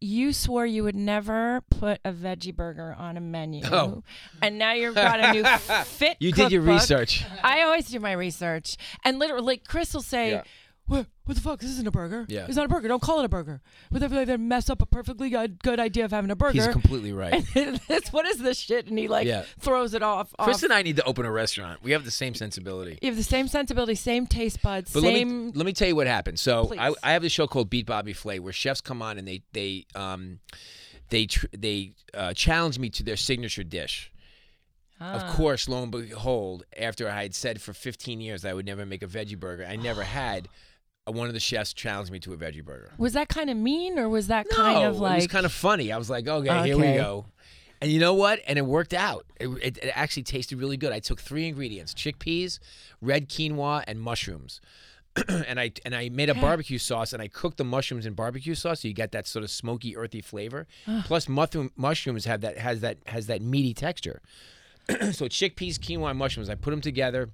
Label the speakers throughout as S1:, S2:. S1: you swore you would never put a veggie burger on a menu.
S2: Oh.
S1: And now you've got a new fit.
S2: You did your
S1: cookbook.
S2: research.
S1: I always do my research. And literally, like Chris will say,
S2: Yeah.
S1: what, what the fuck? This isn't a burger.
S2: Yeah.
S1: It's not a burger. Don't call it a burger. But I feel like they mess up a perfectly good, good idea of having a burger.
S2: He's completely right.
S1: This- what is this shit? And he like
S2: Yeah.
S1: throws it off. off.
S2: Chris and I need to open a restaurant. We have the same sensibility.
S1: you have the same sensibility, same taste buds,
S2: But
S1: same.
S2: let me let me tell you what happened. So I,
S1: Please.
S2: I have this show called Beat Bobby Flay where chefs come on and they they um they tr- they uh, challenge me to their signature dish.
S1: Ah.
S2: Of course, lo and behold, after I had said for 15 years I would never make a veggie burger, I never had. uh, One of the chefs challenged me to a veggie burger.
S1: was that kind of mean or was that kind
S2: No,
S1: of like
S2: it was kind of funny. I was like, okay, here we
S1: Okay.
S2: go. And you know what? And it worked out. It, it, it actually tasted really good. I took three ingredients: chickpeas, red quinoa, and mushrooms. and I and I made a barbecue sauce, and I cooked the mushrooms in barbecue sauce, so you get that sort of smoky, earthy flavor. Plus, mushroom, mushrooms have that has that has that meaty texture. so chickpeas, quinoa, and mushrooms. I put them together.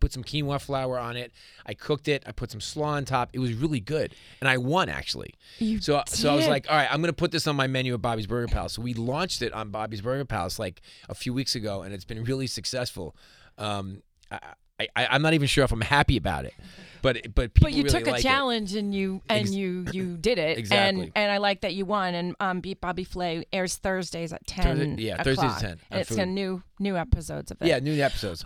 S2: Put some quinoa flour on it. I cooked it. I put some slaw on top. It was really good, and I won actually.
S1: You
S2: so so I was
S1: did.
S2: like, all right, I'm gonna put this on my menu at Bobby's Burger Palace. So we launched it on Bobby's Burger Palace like a few weeks ago, and it's been really successful. Um, I, I I'm not even sure if I'm happy about it, but but people
S1: but you
S2: really
S1: took a
S2: like it.
S1: challenge and you and
S2: Ex-
S1: you you did it
S2: Exactly.
S1: and and I like that you won and um beat Bobby Flay airs Thursdays at ten
S2: Thursday- yeah,
S1: o'clock.
S2: Thursdays at 10 on
S1: and it's
S2: Food.
S1: gonna new new episodes of it
S2: Yeah, new episodes.